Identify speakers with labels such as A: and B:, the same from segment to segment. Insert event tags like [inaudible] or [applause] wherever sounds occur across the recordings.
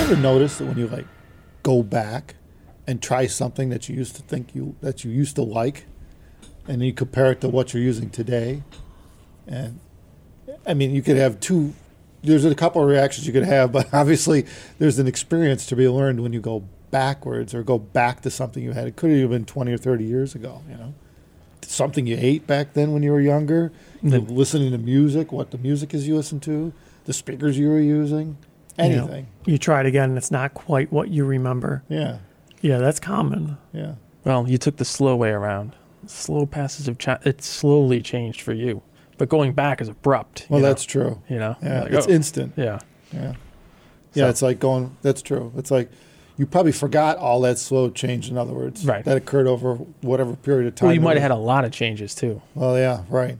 A: ever notice that when you like go back and try something that you used to think you that you used to like, and you compare it to what you're using today, and I mean you could have two. There's a couple of reactions you could have, [laughs] but obviously there's an experience to be learned when you go backwards or go back to something you had. It could have been 20 or 30 years ago. You know, something you ate back then when you were younger. you know, listening to music, what the music is you listen to, the speakers you were using,
B: You know,
A: anything.
B: you try it again and it's not quite what you remember.
A: Yeah,
B: Yeah, that's common.
A: yeah.
C: Well, you took the slow way around. Slow passes of cha- it slowly changed for you, but going back is abrupt.
A: Well,
C: you know?
A: that's true.
C: you know,
A: Yeah,
C: Like,
A: it's
C: oh,
A: instant.
C: yeah.
A: Yeah. Yeah,
C: So-
A: it's like going, that's true. It's like you probably forgot all that slow change, in other words,
C: Right.
A: that occurred over whatever period of time.
C: Well, you
A: it
C: might
A: was.
C: have had a lot of changes too,
A: Well, yeah, right.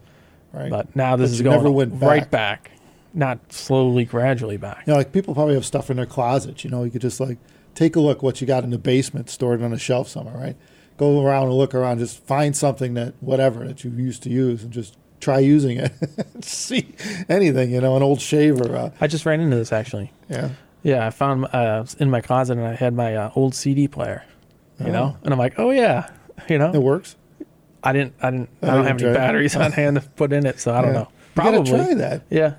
A: Right.
C: but now this
A: But
C: is
A: you
C: going
A: never went
C: right back, not slowly, gradually back.
A: you know, like people probably have stuff in their closets. You know, you could just like take a look what you got in the basement stored on a shelf somewhere, right? Go around and look around, just find something that whatever that you used to use, and just try using it. [laughs] See anything, you know, an old shaver. Uh,
C: I just ran into this actually.
A: yeah,
C: Yeah, I found uh, in my closet and I had my uh, old CD player, you
A: Uh-huh.
C: know, and I'm like, oh yeah, [laughs] you know,
A: it works.
C: I didn't, I didn't, I
A: I
C: don't
A: Oh, didn't
C: have
A: try
C: any
A: it.
C: batteries on hand to put in it, so I
A: Yeah.
C: don't know.
A: You gotta
C: Probably,
A: try that.
C: yeah,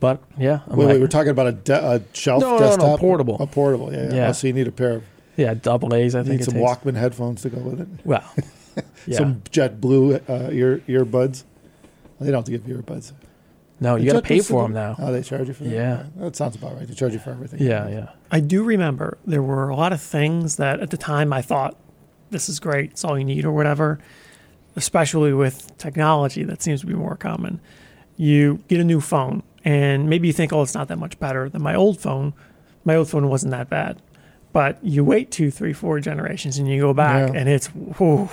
C: but yeah, I'm
A: Wait,
C: like,
A: wait, we're talking about a, de- a shelf
C: No, no, no,
A: desktop,
C: portable.
A: a portable. Yeah, yeah.
C: Yeah.
A: Oh, so you need a pair of
C: yeah, double A's. I
A: you
C: think
A: need
C: it
A: some
C: takes.
A: Walkman headphones to go with it.
C: Well,
A: [laughs]
C: yeah,
A: Some Jet Blue uh, ear earbuds. They don't have to give you earbuds.
C: no, Oh, you
A: Jet
C: got to pay
A: Blue's
C: for them
A: the-
C: now.
A: Oh, they charge you for that.
C: Yeah.
A: that sounds about right. They charge you for everything.
C: Yeah, yeah.
B: I do remember there were a lot of things that at the time I thought this is great, it's all you need or whatever, especially with technology that seems to be more common. You get a new phone and maybe you think, oh, it's not that much better than my old phone. My old phone wasn't that bad. But you wait two, three, four generations and you go back
A: Yeah.
B: and it's, whew,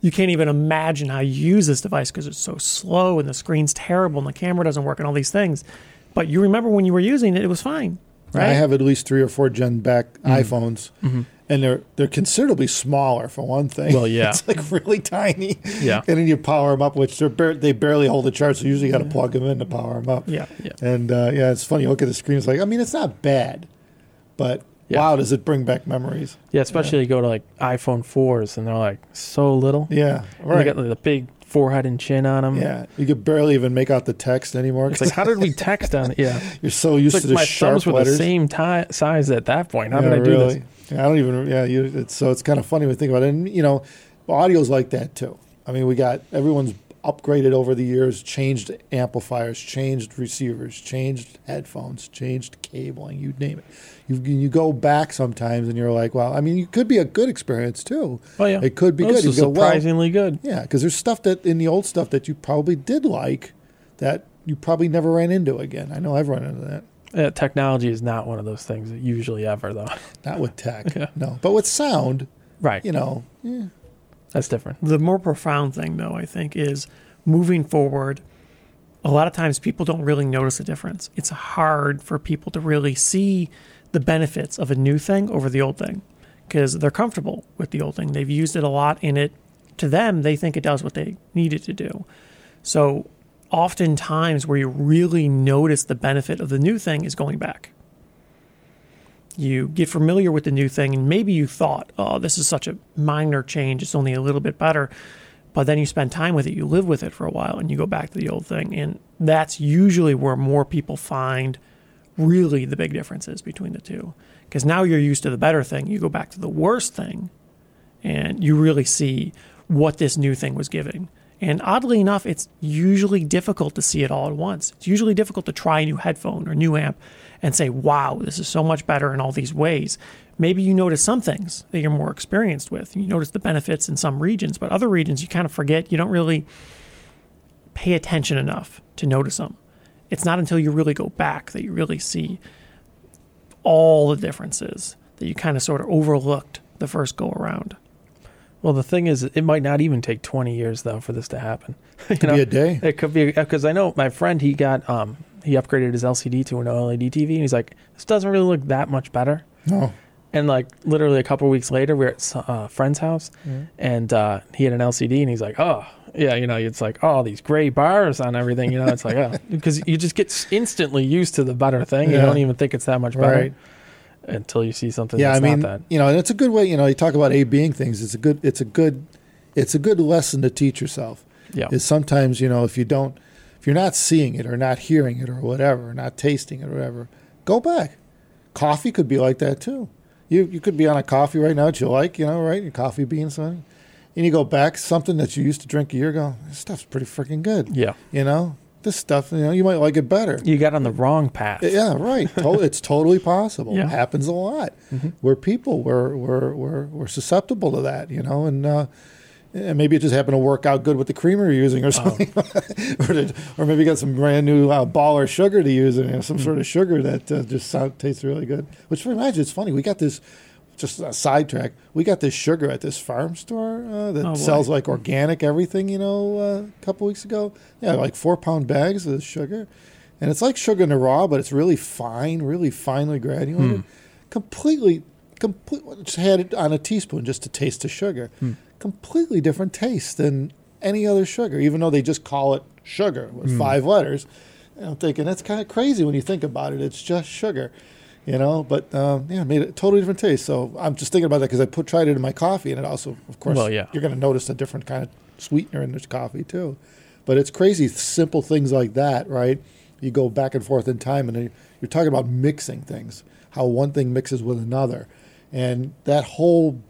B: you can't even imagine how you use this device because it's so slow and the screen's terrible and the camera doesn't work and all these things. But you remember when you were using it, it was fine. Right?
A: I have at least three or four gen back
C: Mm-hmm.
A: iPhones, and they're they're considerably smaller for one thing.
C: Well,
A: [laughs]
C: yeah.
A: it's like really tiny.
C: Yeah.
A: and then you power them up, which they're bar- they barely hold the charge. So you usually got to plug them in to power them up.
B: Yeah.
C: Yeah.
A: and uh, yeah, it's funny. You look at the screen; it's like I mean, it's not bad, but
C: Yeah.
A: wow, does it bring back memories?
C: Yeah, especially you go to like iPhone fours and they're like so little.
A: Yeah,
C: And
A: right.
C: They got like, the big forehead and chin on them.
A: yeah, you could barely even make out the text anymore
C: It's
A: because
C: like, how did we text on
A: [laughs]
C: it? Yeah.
A: you're so used
C: It's like
A: to the
C: my
A: sharp
C: thumbs were
A: letters.
C: the same ti size at that point. How
A: Yeah,
C: did I do
A: really.
C: this?
A: Yeah, I don't even. Yeah, you, it's, so it's kind of funny when you think about it. And you know, audio's like that too. I mean, we got everyone's upgraded over the years, changed amplifiers, changed receivers, changed headphones, changed cabling. You name it. You you go back sometimes, and you're like, well, I mean, it could be a good experience too.
C: Oh yeah,
A: It could be
C: Well,
A: good.
C: This
A: You
C: was
A: go, well-
C: surprisingly good.
A: Yeah, because there's stuff that in the old stuff that you probably did like that you probably never ran into again. I know I've run into that.
C: Yeah, technology is not one of those things that usually ever though. [laughs]
A: Not with tech,
C: Yeah.
A: no, but with sound.
C: right.
A: You know,
C: That's different.
B: The more profound thing, though, I think, is moving forward. A lot of times people don't really notice a difference. It's hard for people to really see the benefits of a new thing over the old thing because they're comfortable with the old thing. They've used it a lot, and it to them, they think it does what they need it to do. So, oftentimes, where you really notice the benefit of the new thing is going back you get familiar with the new thing and maybe you thought oh this is such a minor change it's only a little bit better but then you spend time with it you live with it for a while and you go back to the old thing and that's usually where more people find really the big differences between the two because now you're used to the better thing you go back to the worst thing and you really see what this new thing was giving. And oddly enough, it's usually difficult to see it all at once. It's usually difficult to try a new headphone or new amp and say, wow, this is so much better in all these ways. Maybe you notice some things that you're more experienced with. You notice the benefits in some regions, but other regions you kind of forget. You don't really pay attention enough to notice them. It's not until you really go back that you really see all the differences that you kind of sort of overlooked the first go around.
C: Well, the thing is, it might not even take 20 years though for this to happen. you
A: could be a day.
C: It could be because I know my friend he got um he upgraded his LCD to an E OLED TV and he's like this doesn't really look that much better.
A: no.
C: And like literally a couple weeks later, we were at s- a friend's house,
A: Mm-hmm.
C: and uh, he had an LCD, and he's like, "Oh, yeah, you know, it's like oh, these gray bars on everything, you know, it's [laughs] like oh, because you just get s- instantly used to the better thing, you
A: Yeah.
C: don't even think it's that much better."
A: Right.
C: until you see something
A: yeah, I
C: that's
A: mean,
C: not that.
A: you know, and it's a good way. You know, you talk about a being things. It's a good. It's a good. It's a good lesson to teach yourself.
C: Yeah.
A: Is sometimes you know if you don't, if you're not seeing it or not hearing it or whatever, or not tasting it or whatever, go back. Coffee could be like that too. You you could be on a coffee right now that you like, you know, right? Your coffee beans, something, and you go back something that you used to drink a year ago. This stuff's pretty freaking good.
C: Yeah.
A: You know, this stuff, you know, you might like it better.
C: You got on the wrong path.
A: Yeah, right. To- it's totally possible.
B: Yeah. Mm-hmm.
A: It happens a lot. We're people. We're, we're we're we're susceptible to that, you know. And uh, and maybe it just happened to work out good with the creamer you're
B: Oh.
A: using, or something, [laughs] or, the- or maybe you got some brand new uh, baller sugar to use, and you know, some
B: Mm-hmm.
A: sort of sugar that uh, just sound, tastes really good. Which reminds me, it's funny. We got this. Just a sidetrack. We got this sugar at this farm store uh, that
B: Oh, boy.
A: sells like organic everything, you know, uh, a couple weeks ago. Yeah, like four pound bags of sugar. And it's like sugar in a raw, but it's really fine, really finely granulated.
C: Hmm.
A: Completely, complete, just had it on a teaspoon just to taste the sugar.
C: Hmm.
A: Completely different taste than any other sugar, even though they just call it sugar with
C: Hmm.
A: five letters. And I'm thinking, that's kind of crazy when you think about it. It's just sugar. You know, but um, yeah, it made a totally different taste. So I'm just thinking about that because I put tried it in my coffee, and it also, of course,
C: Well, yeah.
A: you're going to notice a different kind of sweetener in this coffee too. But it's crazy, simple things like that, right? You go back and forth in time, and then you're talking about mixing things, how one thing mixes with another, and that whole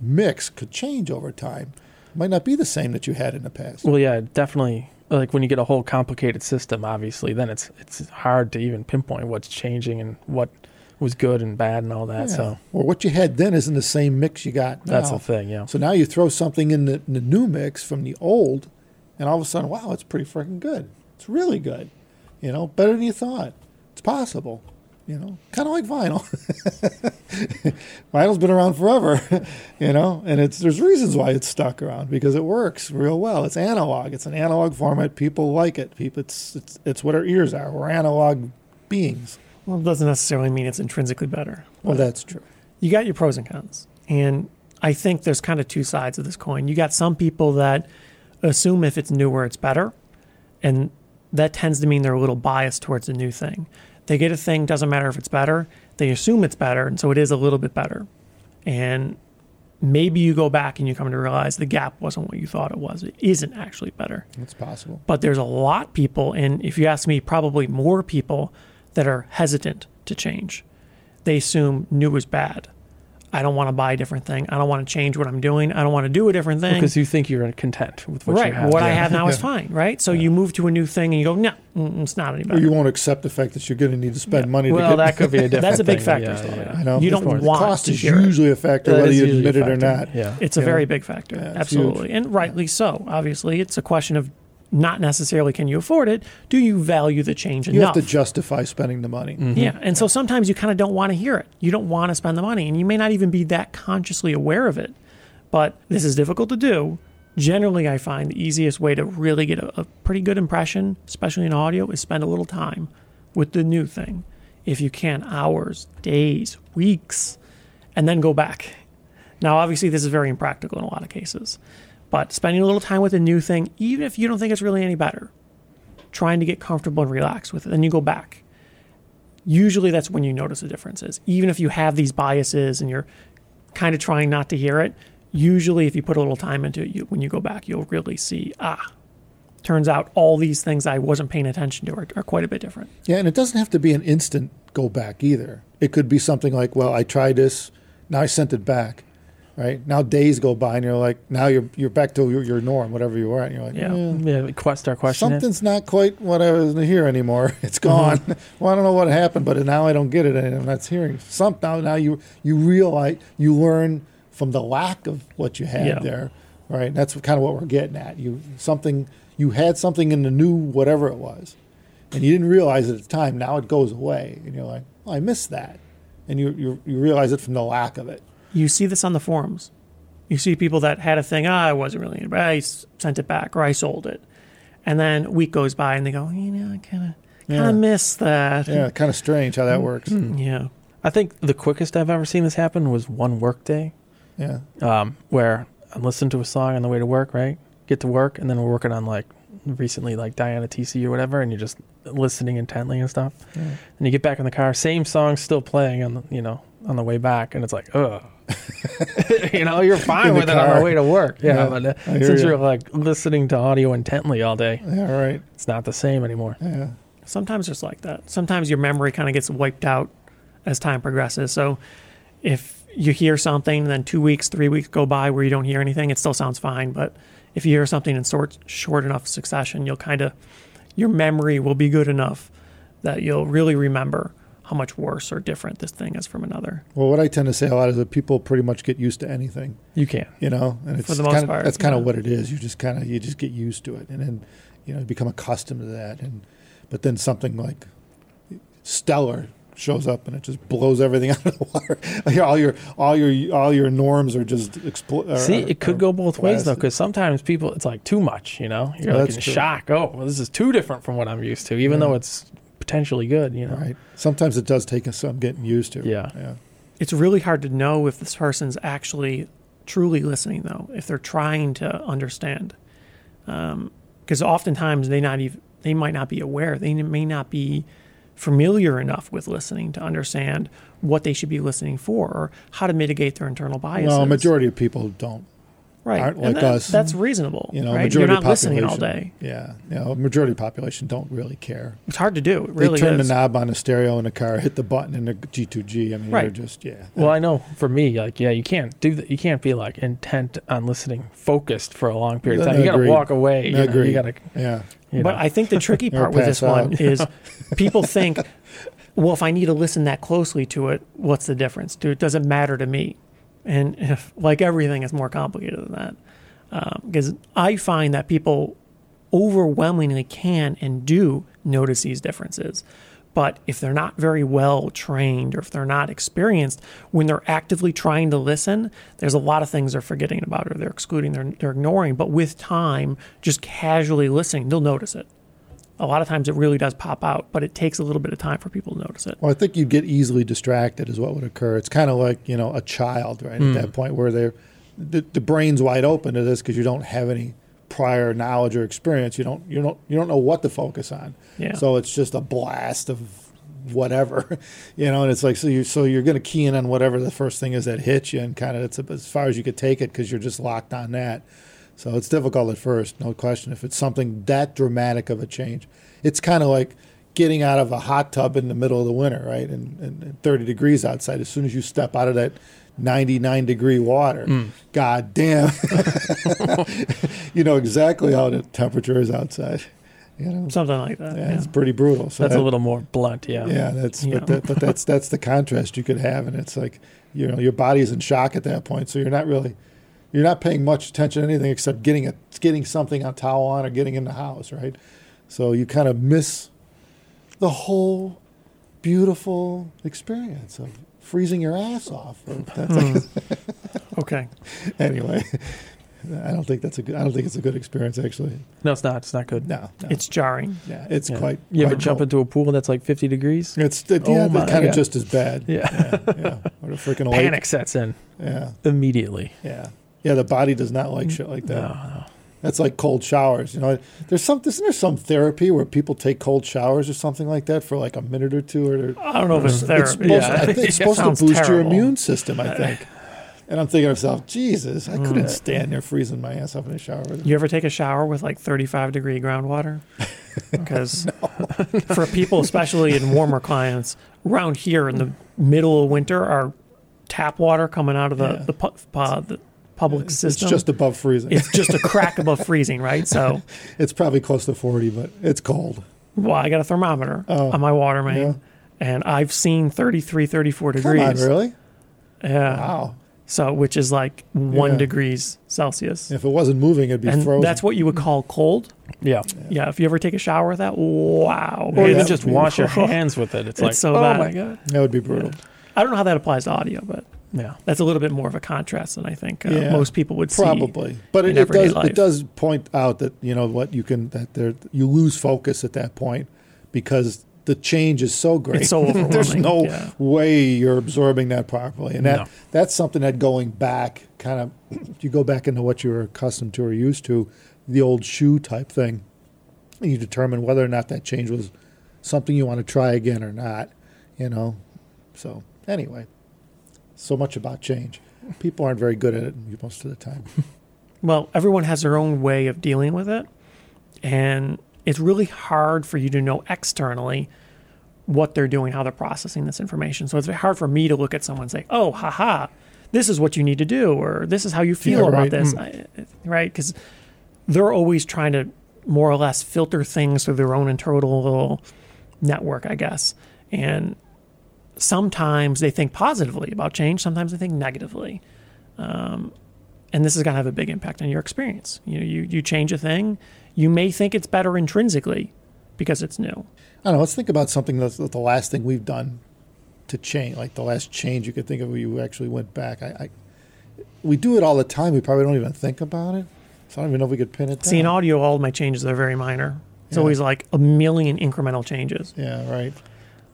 A: mix could change over time. Might not be the same that you had in the past.
C: Well, yeah, definitely. Like when you get a whole complicated system, obviously, then it's it's hard to even pinpoint what's changing and what was good and bad and all that.
A: Yeah.
C: So
A: or what you had then isn't the same mix you got now.
C: that's the thing. Yeah.
A: So now you throw something in the, in the new mix from the old, and all of a sudden, wow, it's pretty freaking good. It's really good. You know, better than you thought. It's possible. You know, kind of like vinyl. [laughs] Vinyl's been around forever. [laughs] You know, and it's there's reasons why it's stuck around because it works real well. It's analog. It's an analog format. People like it. People, it's it's it's what our ears are. We're analog beings.
B: Well, it doesn't necessarily mean it's intrinsically better.
A: Well, that's true.
B: you got your pros and cons. And I think there's kind of two sides of this coin. You got some people that assume if it's newer, it's better. And that tends to mean they're a little biased towards the new thing. They get a thing, doesn't matter if it's better, they assume it's better. And so it is a little bit better. And maybe you go back and you come to realize the gap wasn't what you thought it was. It isn't actually better
A: It's possible.
B: but there's a lot of people and if you ask me probably more people that are hesitant to change they assume new is bad i don't want to buy a different thing i don't want to change what i'm doing i don't want to do a different thing
C: Because you think you're content with what
B: right
C: you have.
B: what i
C: Yeah.
B: have now is fine right so you move to a new thing and you go no mm, it's not any
A: Or
B: better
A: you won't accept the fact that you're going to need to spend money. to
C: Well,
A: get
C: that could be a different.
B: that's a big
C: thing.
B: factor
C: Yeah,
B: still,
C: yeah.
B: yeah.
A: I know.
B: you
A: Of
B: don't
A: course.
B: want
A: the cost
B: to
A: is
B: hear it.
A: usually a factor
C: [laughs] That
A: whether
C: is
A: you
C: usually a
A: admit it or
C: factor.
A: not.
C: Yeah.
B: It's a
A: Yeah.
B: very big factor.
A: it's
B: Absolutely. And rightly so, obviously. It's a question of not necessarily can you afford it? Do you value the change
A: You
B: enough?
A: have to justify spending the money.
B: Yeah. And so sometimes you kind of don't want to hear it. You don't want to spend the money, and you may not even be that consciously aware of it. But this is difficult to do. Generally, I find the easiest way to really get a, a pretty good impression, especially in audio, is spend a little time with the new thing. If you can, hours, days, weeks, and then go back. Now, obviously, this is very impractical in a lot of cases, but spending a little time with a new thing, even if you don't think it's really any better, trying to get comfortable and relaxed with it, then you go back usually that's when you notice the differences. Even if you have these biases and you're kind of trying not to hear it, usually if you put a little time into it, you, when you go back, you'll really see ah, turns out all these things I wasn't paying attention to are, are quite a bit different.
A: Yeah, and it doesn't have to be an instant go back either. It could be something like, well, I tried this, now I sent it back. Right? Now days go by and you're like, now you're you're back to your, your norm, whatever you were at. And you're like,
B: Yeah.
A: "Eh,
C: Yeah, we quest our question. in.
A: something's not quite what I was here anymore. [laughs] It's gone. well, I don't know what happened, but now I don't get it, and I'm not hearing some now. Now you you realize you learn from the lack of what you had
B: Yeah.
A: there, right? And that's kind of what we're getting at. You something you had something in the new whatever it was, and you didn't realize it at the time. Now it goes away, and you're like, oh, I missed that, and you you, you realize it from the lack of it.
B: You see this on the forums. You see people that had a thing, ah, I wasn't really, I s- sent it back or I sold it. And then a week goes by and they go, you know, I kind of kind
A: Yeah.
B: of Mm-hmm. miss that.
A: Yeah, kind of strange how that works.
B: yeah.
C: hmm. I think the quickest I've ever seen this happen was one work day,
A: Yeah,
C: um, where I'm listening to a song on the way to work, right? Get to work, and then we're working on like recently, like Diana TC or whatever, and you're just listening intently and stuff. And you get back in the car, same song still playing on the, you know on the way back, and it's like, ugh. [laughs] you know, you're fine
A: In the
C: with it on
A: car.
C: the way to work. Yeah,
A: Yeah,
C: but uh,
A: I hear
C: since
A: ya.
C: you're like listening to audio intently all day,
A: Yeah, right.
C: it's not the same anymore.
A: Yeah.
B: Sometimes it's like that. Sometimes your memory kind of gets wiped out as time progresses. So if you hear something, then two weeks, three weeks go by where you don't hear anything, it still sounds fine. But if you hear something in short, short enough succession, you'll kind of, your memory will be good enough that you'll really remember how much worse or different this thing is from another.
A: Well, what I tend to say a lot is that people pretty much get used to anything,
C: You can.
A: you know, and it's
B: For the most
A: kinda,
B: part,
A: that's kind of
B: yeah.
A: what it is. You just kind of you just get used to it, and then you know become accustomed to that, and but then something like stellar shows up and it just blows everything [laughs] out of the water. Like, all your all your all your norms are just explode.
C: See, it could go both ways though,
A: blasted.
C: because sometimes people, it's like too much. You know, you're
A: Yeah,
C: like
A: that's
C: in
A: true.
C: shock. Oh, well, this is too different from what I'm used to, even
A: Yeah.
C: though it's potentially good. You
A: [laughs]
C: know,
A: right. Sometimes it does take us some getting used to.
C: Yeah.
A: yeah.
B: It's really hard to know if this person's actually truly listening, though, if they're trying to understand. Because oftentimes they not even they might not be aware. They may not be familiar enough with listening to understand what they should be listening for or how to mitigate their internal biases.
A: Well, majority of people don't.
B: right.
A: aren't
B: And
A: like
B: that-
A: us.
B: That's reasonable.
A: You know,
B: right? You're
A: majority
B: not
A: of population,
B: listening all day.
A: Yeah, you know, majority of population don't really care.
B: It's hard to do. It really
A: they turn
B: is.
A: the knob on a stereo in a car, hit the button in a G2G. I mean,
B: Right.
A: they're just yeah.
C: Well, I know for me, like, yeah, you can't do that. You can't be like intent on listening, focused for a long period of
A: No,
C: time. You got to
A: agreed.
C: walk away. You, know,
A: Agreed.
C: you got to.
A: yeah.
C: You
B: but
C: know.
B: I think the tricky
A: Or
B: part with this
A: pass out.
B: one is people think, well, if I need to listen that closely to it, what's the difference? Do does it matter to me? And if, like everything, it's more complicated than that because Um, I find that people overwhelmingly can and do notice these differences. But if they're not very well trained or if they're not experienced, when they're actively trying to listen, there's a lot of things they're forgetting about or they're excluding, they're, they're ignoring. But with time, just casually listening, they'll notice it. A lot of times it really does pop out, but it takes a little bit of time for people to notice it.
A: Well, I think you'd get easily distracted, is what would occur. It's kind of like you know a child, right?
C: Hmm.
A: At that point where they're the, the brain's wide open to this because you don't have any prior knowledge or experience. You don't you don't you don't know what to focus on.
B: Yeah.
A: So it's just a blast of whatever, [laughs] you know. And it's like so you so you're going to key in on whatever the first thing is that hits you, and kind of it's as far as you could take it because you're just locked on that. So it's difficult at first, no question. If it's something that dramatic of a change, it's kind of like getting out of a hot tub in the middle of the winter, right? And, and, and 30 degrees outside. As soon as you step out of that 99 degree water, god damn, [laughs] you know exactly how the temperature is outside. You know,
B: Something like that.
A: yeah,
B: yeah.
A: it's pretty brutal. So
C: that's
A: that-
C: a little more blunt. Yeah.
A: yeah, that's
B: Yeah.
A: But, that, but that's that's the contrast you could have, and it's like you know your body's in shock at that point, so you're not really you're not paying much attention to anything except getting a getting something on towel on or getting in the house, right? So you kind of miss the whole beautiful experience of freezing your ass off. That's [laughs]
C: [laughs]
B: Hmm. [laughs] Okay.
A: anyway, I don't think that's a good. I don't think it's a good experience actually.
C: No, it's not. It's not good.
A: No, no
B: It's jarring.
A: yeah, it's
C: Yeah.
A: quite.
C: You ever
A: quite
C: jump
A: cold.
C: into a pool that's like 50 degrees?
A: It's yeah,
C: Oh my
A: kind
C: God.
A: of just as bad.
C: Yeah.
A: yeah, yeah. Or a freaking lake.
C: Panic sets in
A: Yeah,
C: immediately.
A: yeah, yeah. The body does not like shit like that.
C: No, no.
A: That's like cold showers. You know, there's some isn't there some therapy where people take cold showers or something like that for like a minute or two, or they're,
B: I don't know if it's
A: it's
B: therapy.
A: supposed,
C: Yeah.
A: I think
B: It
A: it's supposed
B: sounds
A: to boost your
B: terrible.
A: immune system. I think. And I'm thinking to myself, Jesus, I couldn't stand there freezing my ass off in a shower.
B: You ever take a shower with like 35 degree
A: [laughs]
B: groundwater? Because for people, especially in warmer clients, around here in the middle of winter, our tap water coming out of the
A: Yeah.
B: the, pu- uh, the public
A: It's
B: system
A: just above freezing.
B: it's just a crack above freezing, right? So,
A: It's probably close to 40, but it's cold.
B: well, I got a thermometer on my water main,
A: Oh. yeah.
B: and I've seen 33, 34
A: Come
B: degrees. Uh-huh.
A: on, really?
B: Yeah.
A: Wow.
B: So, which is like one
A: Yeah.
B: degrees Celsius,
A: If it wasn't moving, it'd be
B: and
A: frozen.
B: that's what you would call cold.
C: Yeah.
B: Yeah, if you ever take a shower with that, wow.
A: Yeah,
C: Or even
A: that
C: just
A: would be-
C: wash your hands with it. It's, like,
B: so
C: oh
B: bad.
C: my God.
A: that would be brutal.
B: I don't know how that applies to audio, but
C: Yeah.
B: that's a little bit more of a contrast than I think uh,
A: Yeah,
B: most people would
A: probably
B: see.
A: but it,
B: in
A: it
B: everyday
A: does
B: life.
A: it does point out that you know what you can that there you lose focus at that point because the change is so great
B: It's so
A: [laughs] there's
B: overwhelming,
A: no
B: yeah.
A: way you're absorbing that properly and that
C: No.
A: that's something that going back kind of you go back into what you were accustomed to or used to the old shoe type thing and you determine whether or not that change was something you want to try again or not. You know, so anyway, so much about change. People aren't very good at it most of the time.
B: well, everyone has their own way of dealing with it. And it's really hard for you to know externally what they're doing, how they're processing this information. So it's very hard for me to look at someone and say, oh, haha, this is what you need to do, or this is how you feel
A: Yeah,
B: about
A: right. Mm.
B: this, I, right? Because they're always trying to more or less filter things through their own internal little network, I guess. And sometimes they think positively about change, sometimes they think negatively. Um, and this is going to have a big impact on your experience. You know, you, you change a thing, you may think it's better intrinsically because it's new.
A: I don't know. Let's think about something that's that's the last thing we've done to change, like the last change you could think of where you actually went back. I, I we do it all the time. We probably don't even think about it. So I don't even know if we could pin it.
B: See, in
A: down.
B: audio, all of my changes are very minor. It's
A: Yeah.
B: always like a million incremental changes.
A: Yeah, right.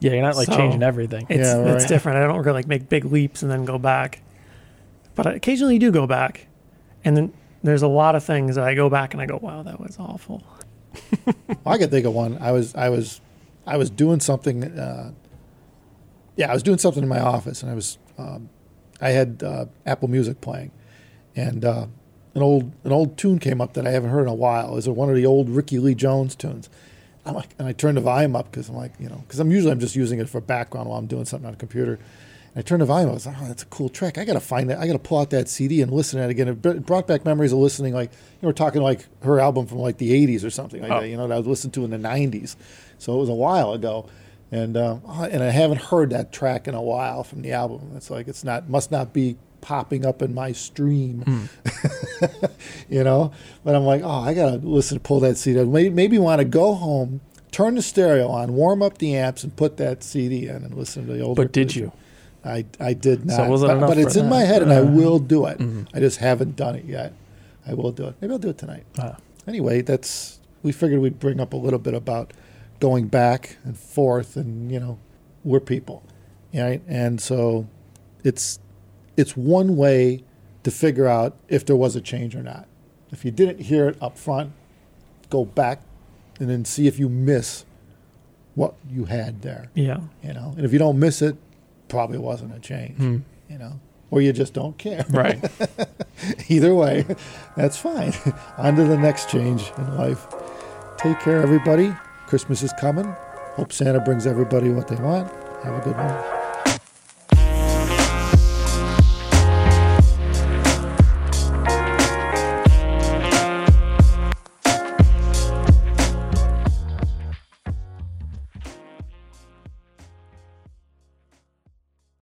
C: Yeah, you're not like
B: So-
C: changing everything.
B: It's,
A: Yeah,
B: it's
A: right.
B: different. I don't really like make big leaps and then go back. But I occasionally do go back. And then there's a lot of things that I go back and I go, wow, that was awful.
A: Well, I could think of one. I was I was I was doing something. Uh, yeah, I was doing something in my office, and I was um, I had uh, Apple Music playing, and uh, an old an old tune came up that I haven't heard in a while. It was one of the old Ricky Lee Jones tunes. I'm like, and I turned the volume up because I'm like, you know, because I'm usually I'm just using it for background while I'm doing something on a computer. And I turned the volume. up. I was like, oh, that's a cool track. I got to find that. I got to pull out that CD and listen to it again. It br- it brought back memories of listening, like you know, we're talking like her album from like the '80s or something like that. You know, that I was listened to in the '90s. So it was a while ago, and um, oh, and I haven't heard that track in a while from the album. It's like it's not must not be popping up in my stream
C: Hmm.
A: [laughs] you know. But I'm like, oh, I gotta listen, pull that CD. Maybe, maybe want to go home, turn the stereo on, warm up the amps, and put that CD in and listen to the old.
C: But did you?
A: I, I did not.
C: So it wasn't
A: but,
C: enough
A: but
C: for
A: it's in
C: that. Mm-hmm.
A: my head, and I will do it. I just haven't done it yet. I will do it. Maybe I'll do it tonight.
C: Ah.
A: Anyway, that's we figured we'd bring up a little bit about going back and forth, and you know, we're people, right? And so, it's it's one way to figure out if there was a change or not. If you didn't hear it up front, go back and then see if you miss what you had there
B: Yeah.
A: you know. And if you don't miss it, probably wasn't a change, you know, or you just don't care. [laughs]
C: Right.
A: Either way, that's fine. [laughs] On to the next change in life. Take care, everybody. Christmas is coming. Hope Santa brings everybody what they want. Have a good one.